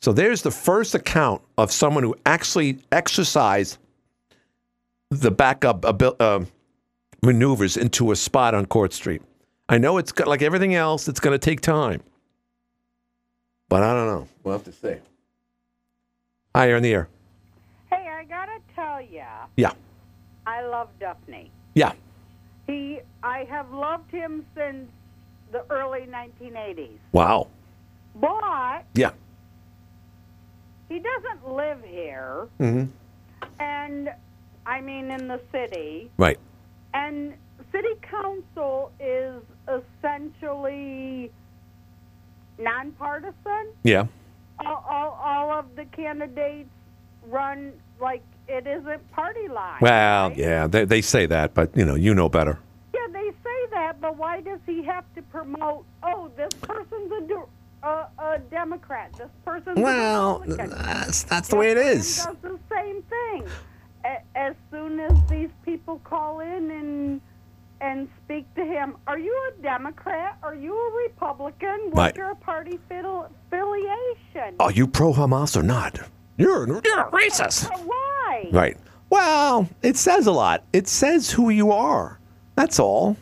H: So there's the first account of someone who actually exercised the backup abil- uh, maneuvers into a spot on Court Street. I know it's got, like everything else, it's going to take time. But I don't know. We'll have to see. Hi, you're on the air.
P: Hey, I gotta tell ya,
H: Yeah.
P: I love Duffney.
H: Yeah.
P: He, I have loved him since the early 1980s,
H: Wow.
P: but
H: Yeah.
P: he doesn't live here,
H: Mm-hmm.
P: and I mean in the city,
H: Right.
P: and city council is essentially nonpartisan.
H: Yeah.
P: All, all, all of the candidates run like it isn't party line.
H: Well, yeah, they, they say that, but you know, you know better.
P: Yeah, they say that, but why does he have to promote? Oh, this person's a, de- a, a Democrat. This person's
H: Well, uh,
P: a Republican.
H: that's- that's the way it
P: Jim
H: is.
P: Does the same thing. A- as soon as these people call in and and speak to him, are you a Democrat? Are you a Republican?
H: Right.
P: What's
H: Uh,
P: your party fiddle- affiliation?
H: Are you pro Hamas or not? You're, you're a racist.
P: Why?
H: Right. Well, it says a lot. It says who you are. That's all.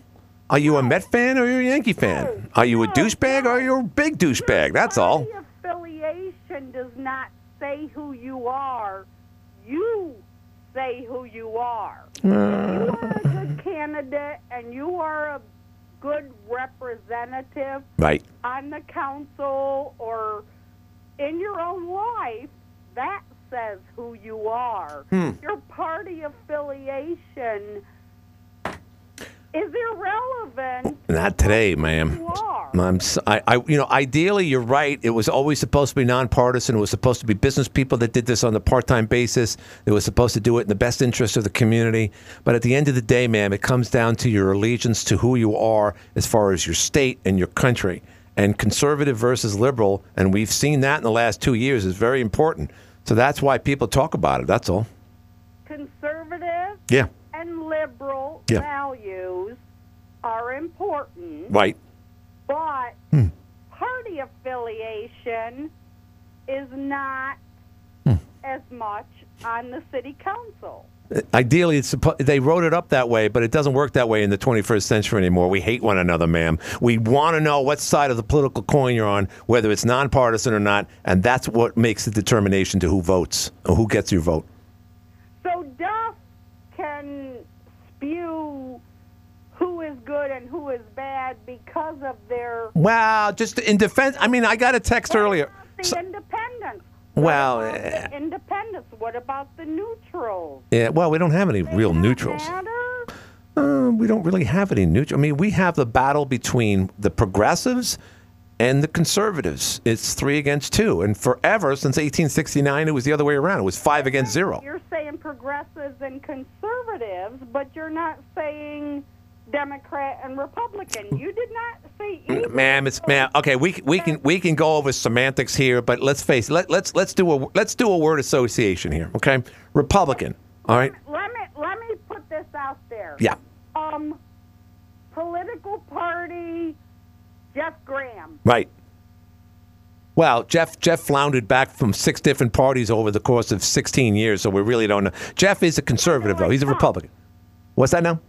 H: Are you a Met fan or you're a Yankee fan? Are you a douchebag or are you a big douchebag? That's
P: uh,
H: all.
P: affiliation does not say who you are. You say who you are.
H: Uh.
P: If you are a good candidate and you are a good representative
H: Right.
P: on the council or in your own life, that says who you are.
H: Hmm.
P: Your party affiliation is irrelevant.
H: Not today, ma'am. I'm, si I, you know, ideally, you're right. It was always supposed to be nonpartisan. It was supposed to be business people that did this on a part-time basis. It was supposed to do it in the best interest of the community. But at the end of the day, ma'am, it comes down to your allegiance to who you are as far as your state and your country. And conservative versus liberal, and we've seen that in the last two years, is very important. So that's why people talk about it. That's all.
P: Conservative
H: Yeah.
P: and liberal
H: Yeah.
P: values are important,
H: Right.
P: but
H: Hmm.
P: party affiliation is not
H: Hmm.
P: as much on the city council.
H: Ideally, it's suppo- they wrote it up that way, but it doesn't work that way in the 21st century anymore. We hate one another, ma'am. We want to know what side of the political coin you're on, whether it's nonpartisan or not, and that's what makes the determination to who votes or who gets your vote.
P: So Duff can spew who is good and who is bad because of their
H: Wow, just in defense, I mean, I got a text earlier.
P: the independence.
H: Well,
P: What about
H: eh.
P: the independence. What about the neutrals?
H: Yeah, eh, well, we don't have any real neutrals. Uh, we don't really have any neutral. I mean, we have the battle between the progressives and the conservatives. It's three against two, and forever since 1869, it was the other way around. It was five against zero.
P: You're saying progressives and conservatives, but you're not saying Democrat and Republican. You did not say either.
H: Ma'am, it's ma'am. Okay, we we can we can go over semantics here, but let's face it. Let, let's let's do a let's do a word association here. Okay, Republican. All right.
P: Let me let me put this out there.
H: Yeah.
P: Um, political party, Jeff Graham.
H: Right. Well, Jeff Jeff floundered back from six different parties over the course of 16 years, so we really don't know. Jeff is a conservative though. He's a Republican. What's that now?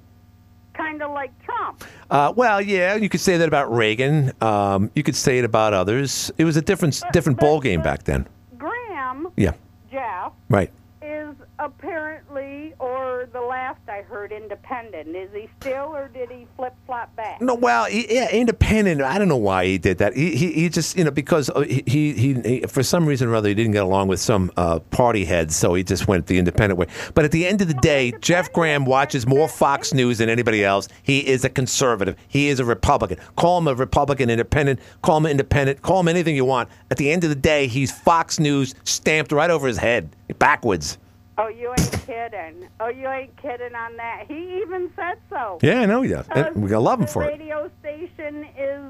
P: Kind of like Trump.
H: Uh, well, yeah, you could say that about Reagan. Um, you could say it about others. It was a different different ball game back then.
P: Graham,
H: Yeah.
P: Jeff,
H: Right.
P: is apparently, or the last I heard, independent. Is he still, or did he flip flop back?
H: No, well, he- yeah, independent. I don't know why he did that. He, he, he just, you know, because uh, he, he, he, for some reason or other, he didn't get along with some uh, party heads, so he just went the independent way. But at the end of the day, Jeff Graham watches more Fox News than anybody else. He is a conservative. He is a Republican. Call him a Republican independent. Call him independent. Call him anything you want. At the end of the day, he's Fox News stamped right over his head, backwards.
P: Oh, you ain't kidding. Oh, you ain't kidding on that. He even said so.
H: Yeah, I know he does. And we gotta love him
P: The
H: for it.
P: radio station is,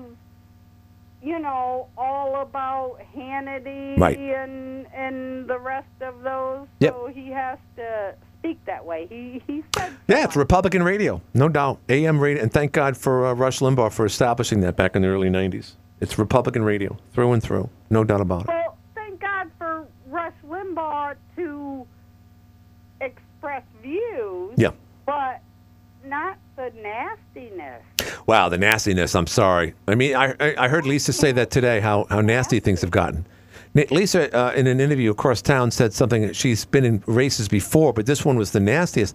P: you know, all about Hannity
H: Right.
P: and and the rest of those.
H: Yep.
P: So he has to speak that way. He he said
H: Yeah, it's Republican radio, no doubt. AM radio, and thank God for uh, Rush Limbaugh for establishing that back in the early '90s. It's Republican radio through and through, no doubt about it.
P: Well, thank God for Rush Limbaugh to express views.
H: Yeah.
P: But not the nastiness.
H: Wow, the nastiness. I'm sorry. I mean, I I I heard Lisa say that today. How how nasty things have gotten. Na- Lisa, uh, in an interview across town, said something. that She's been in races before, but this one was the nastiest.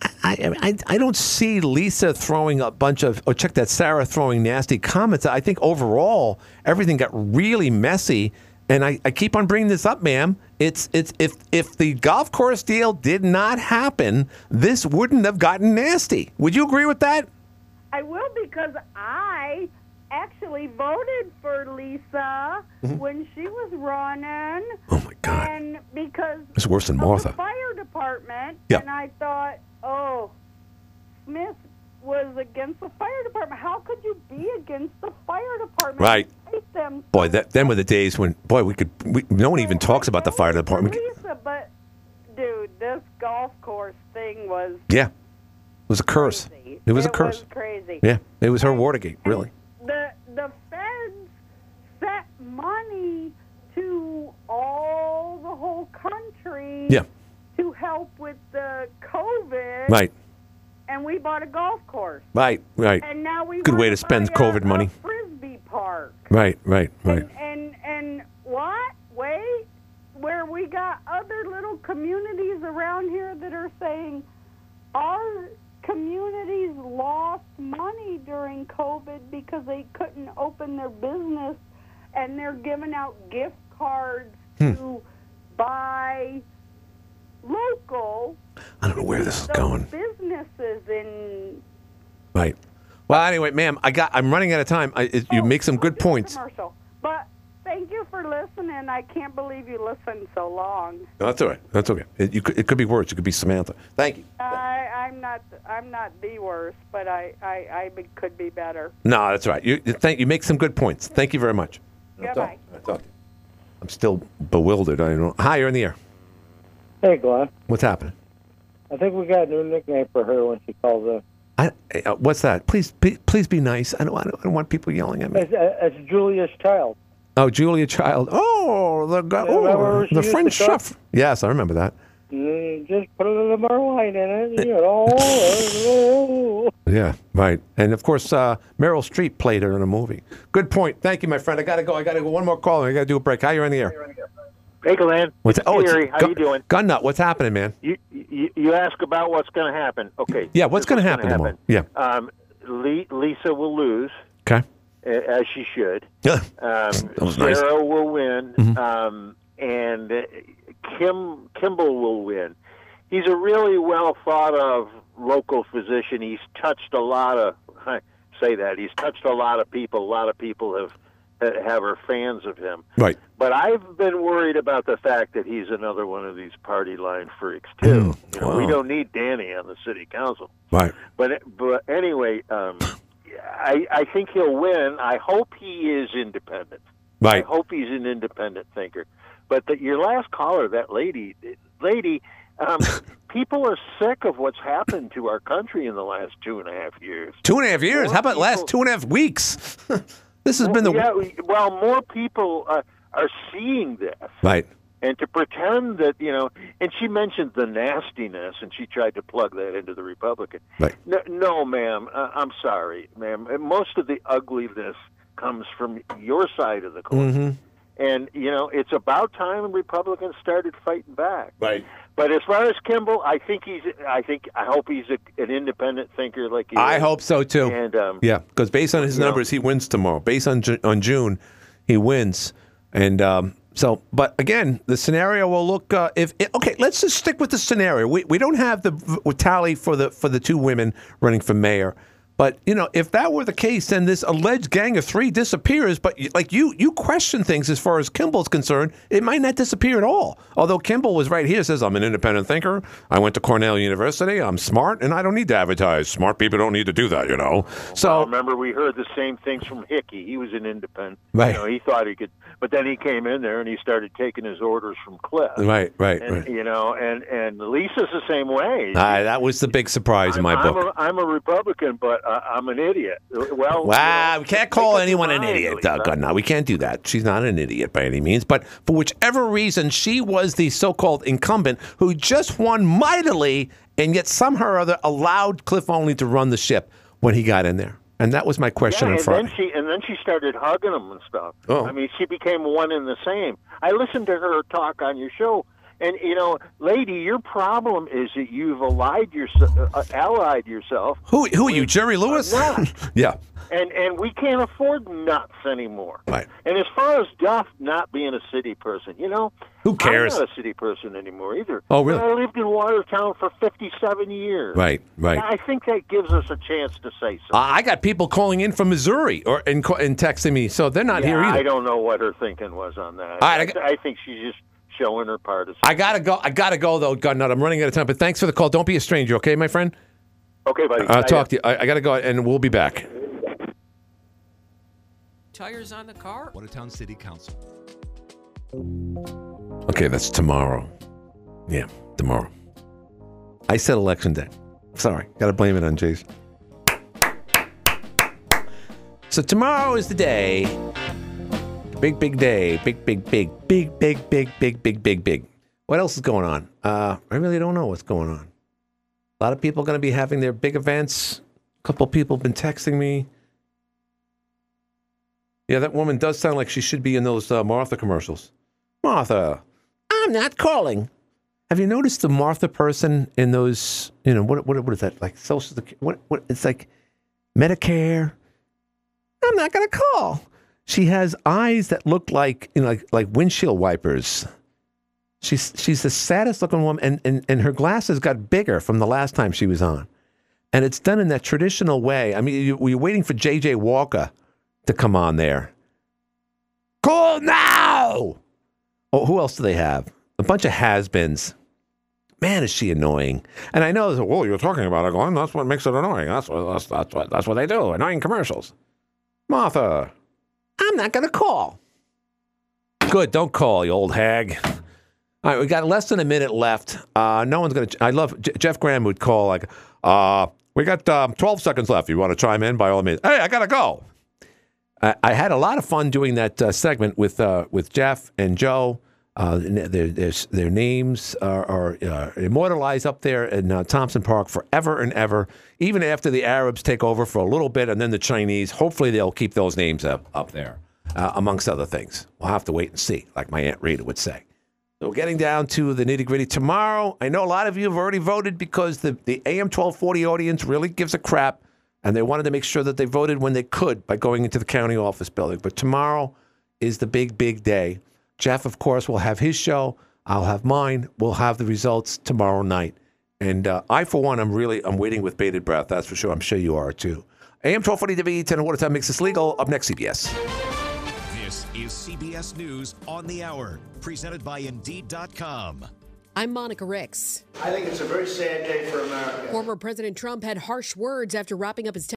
H: I, I, I- I don't see Lisa throwing a bunch of, oh, check that, Sarah throwing nasty comments. I think overall, everything got really messy. And I, I keep on bringing this up, ma'am. It's, it's if, if the golf course deal did not happen, this wouldn't have gotten nasty. Would you agree with that?
P: I will because I actually voted for Lisa
H: Mhm.
P: when she was running. Oh my God! And because
H: It's worse than
P: of the
H: Martha.
P: fire department,
H: Yeah.
P: and I thought, oh, Smith was against the fire department. How could you be against the fire department?
H: Right.
P: Hate them,
H: Boy, that, then were the days when, boy, we could, we, no one even talks about the fire department.
P: Lisa. But dude, this golf course thing was
H: Yeah. It was a curse.
P: crazy.
H: It was a
P: It
H: curse.
P: was crazy.
H: Yeah. It was her Watergate, really.
P: the the feds set money to all the whole country
H: Yeah.
P: to help with the COVID.
H: Right.
P: And we bought a golf course.
H: Right, right.
P: And now we
H: Good
P: want
H: way to spend
P: buy a-
H: COVID money.
P: a Frisbee park.
H: Right, right, right.
P: And and what? Wait, where we got other little communities around here that are saying our communities lost money during COVID because they couldn't open their business, and they're giving out gift cards
H: Hmm.
P: to buy local.
H: I don't know where this is
P: those
H: going.
P: Businesses in
H: Right. Well, anyway, ma'am, I got. I'm running out of time. I, it, you make some good points.
P: Oh, commercial, but. Thank you for listening. I can't believe you listened so long.
H: No, that's all right. That's okay. It, you could, it could be worse. It could be Samantha. Thank you.
P: I, I'm not. I'm not the worst, but I. I, I be- could be better.
H: No, that's all right. You you thank. You make some good points. Thank you very much.
P: Goodbye.
H: I'm still bewildered. I don't. know. Hi, you're in the air.
I: Hey, Glenn.
H: What's happening?
I: I think we got a new nickname for her when she calls in.
H: I, uh, what's that? Please, be, please be nice. I don't, I don't. I don't want people yelling at me.
I: It's, uh, it's Julia's child.
H: Oh, Julia Child. Oh, the guy.
I: Yeah, remember
H: Oh,
I: when she
H: the
I: used
H: French
I: to talk?
H: chef. Yes, I remember that.
I: Mm, Just put a little more wine in it. You know. oh, oh,
H: Yeah, right. And of course, uh, Meryl Streep played her in a movie. Good point. Thank you, my friend. I gotta go. I gotta go. One more call. I gotta do a break. Hi, you're in the air.
Q: Hey, Glenn.
H: What's oh, it's
Q: Gary, how
H: Gun-
Q: you doing?
H: Gun nut. What's happening, man?
Q: You, you you ask about what's going to happen. Okay.
H: Yeah, what's
Q: This
H: gonna
Q: is
H: happen tomorrow? Yeah.
Q: Um, Le- Lisa will lose,
H: Okay.
Q: uh, as she should.
H: Yeah.
Q: Um,
H: was
Q: Sarah
H: nice.
Q: will win,
H: Mhm.
Q: um, and uh, Kim Kimball will win. He's a really well thought of local physician. He's touched a lot of *laughs* I say that he's touched a lot of people. A lot of people have have are fans of him.
H: Right.
Q: But I've been worried about the fact that he's another one of these party line freaks too. You know, We
H: Wow.
Q: don't need Danny on the city council.
H: Right.
Q: But but anyway, um, I I think he'll win. I hope he is independent.
H: Right.
Q: I hope he's an independent thinker. But the, your last caller, that lady, lady,
H: *laughs*
Q: um, people are sick of what's happened to our country in the last two and a half years.
H: Two and a half years.
Q: More
H: How about last
Q: people-
H: two and a half weeks? *laughs* this has been the
Q: yeah, we- well, more people are, are seeing this.
H: right.
Q: and to pretend that you know and she mentioned the nastiness and she tried to plug that into the republican
H: Right.
Q: no, no ma'am uh, i'm sorry ma'am Uh, most of the ugliness comes from your side of the coin
H: Mm-hmm.
Q: and you know it's about time republicans started fighting back
H: Right.
Q: but as far as kimball i think he's i think i hope he's a, an independent thinker like you
H: I hope so too.
Q: and um
H: yeah, because based on his
Q: you know.
H: numbers, he wins tomorrow. Based on Ju- on June, he wins. And um, so, but again, the scenario will look uh, if it, okay. Let's just stick with the scenario. We we don't have the v- tally for the for the two women running for mayor, But you know, if that were the case, then this alleged gang of three disappears. But y- like you, you question things as far as Kimball's concerned. It might not disappear at all. Although Kimball was right here, says I'm an independent thinker. I went to Cornell University. I'm smart, and I don't need to advertise. Smart people don't need to do that, you know.
Q: I
H: So
Q: remember we heard the same things from Hickey. He was an independent.
H: Right.
Q: You know, he thought he could, but then he came in there and he started taking his orders from Cliff.
H: Right, right,
Q: and,
H: right.
Q: You know, and and Lisa's the same way.
H: Ah, that was the big surprise in my
Q: I'm
H: book.
Q: A, I'm a Republican, but I, I'm an idiot. Well,
H: Wow, we can't call anyone an idiot, Doug. No, we can't do that. She's not an idiot by any means. But for whichever reason, she was the so called incumbent who just won mightily and yet somehow or other allowed Cliff Only to run the ship when he got in there. And that was my question
Q: yeah,
H: on
Q: and
H: Friday.
Q: then she and then she started hugging him and stuff.
H: Oh.
Q: I mean, she became one and the same. I listened to her talk on your show, and you know, lady, your problem is that you've allied yourself, uh, allied yourself,
H: who who are you, Jerry Lewis? *laughs* yeah.
Q: and and we can't afford nuts anymore.
H: Right.
Q: And as far as Duff not being a city person, you know,
H: Who cares?
Q: I'm not a city person anymore either.
H: Oh, really?
Q: But I lived in Watertown for 57 years.
H: Right, right.
Q: I think that gives us a chance to say something.
H: I I got people calling in from Missouri or and, ca- and texting me, so they're not
Q: Yeah,
H: here either.
Q: I don't know what her thinking was on that.
H: All right, I
Q: I, I think she's just showing her partisan.
H: I gotta go. I gotta go though. God, nut. I'm running out of time. But thanks for the call. Don't be a stranger, okay, my friend.
Q: Okay, buddy.
H: I'll talk to you. I, I gotta go, and we'll be back.
J: Tires on the car? Watertown City Council.
H: Okay, that's tomorrow. Yeah, tomorrow. I said election day. Sorry, got to blame it on Jason. So tomorrow is the day. Big, big day. Big, big, big, big, big, big, big, big, big, big. What else is going on? Uh, I really don't know what's going on. A lot of people going to be having their big events. A couple people been texting me. Yeah, that woman does sound like she should be in those uh, Martha commercials. Martha, I'm not calling. Have you noticed the Martha person in those? You know what? What, what is that like? Social Security? What? What? It's like Medicare. I'm not gonna call. She has eyes that look like you know, like like windshield wipers. She's she's the saddest looking woman, and and and her glasses got bigger from the last time she was on, and it's done in that traditional way. I mean, you, you're waiting for J.J. Walker to come on there. Call now. Oh, who else do they have? A bunch of has-beens. Man, is she annoying? And I know, well, you're talking about it, Glenn. That's what makes it annoying. That's what that's, that's what that's what they do. Annoying commercials. Martha, I'm not going to call. Good, don't call, you old hag. All right, we got less than a minute left. Uh, no one's going to. I love J- Jeff Graham would call like, uh, "We got um, 12 seconds left. You want to chime in? By all means. Hey, I got to go." I, I had a lot of fun doing that uh, segment with uh, with Jeff and Joe. Uh, n- their, their, their names are, are uh, immortalized up there in uh, Thompson Park forever and ever, even after the Arabs take over for a little bit and then the Chinese. Hopefully, they'll keep those names up, up there, uh, amongst other things. We'll have to wait and see, like my Aunt Rita would say. So, we're getting down to the nitty gritty tomorrow, I know a lot of you have already voted because the, the AM 1240 audience really gives a crap, and they wanted to make sure that they voted when they could by going into the county office building. But tomorrow is the big, big day. Jeff, of course, will have his show. I'll have mine. We'll have the results tomorrow night. And uh, I, for one, I'm really I'm waiting with bated breath. That's for sure. I'm sure you are too. AM 1240 WE10 Water Time makes this legal. Up next, CBS.
G: This is CBS News on the Hour, presented by Indeed.com.
P: I'm Monica Ricks.
B: I think it's a very sad day for America.
P: Former President Trump had harsh words after wrapping up his.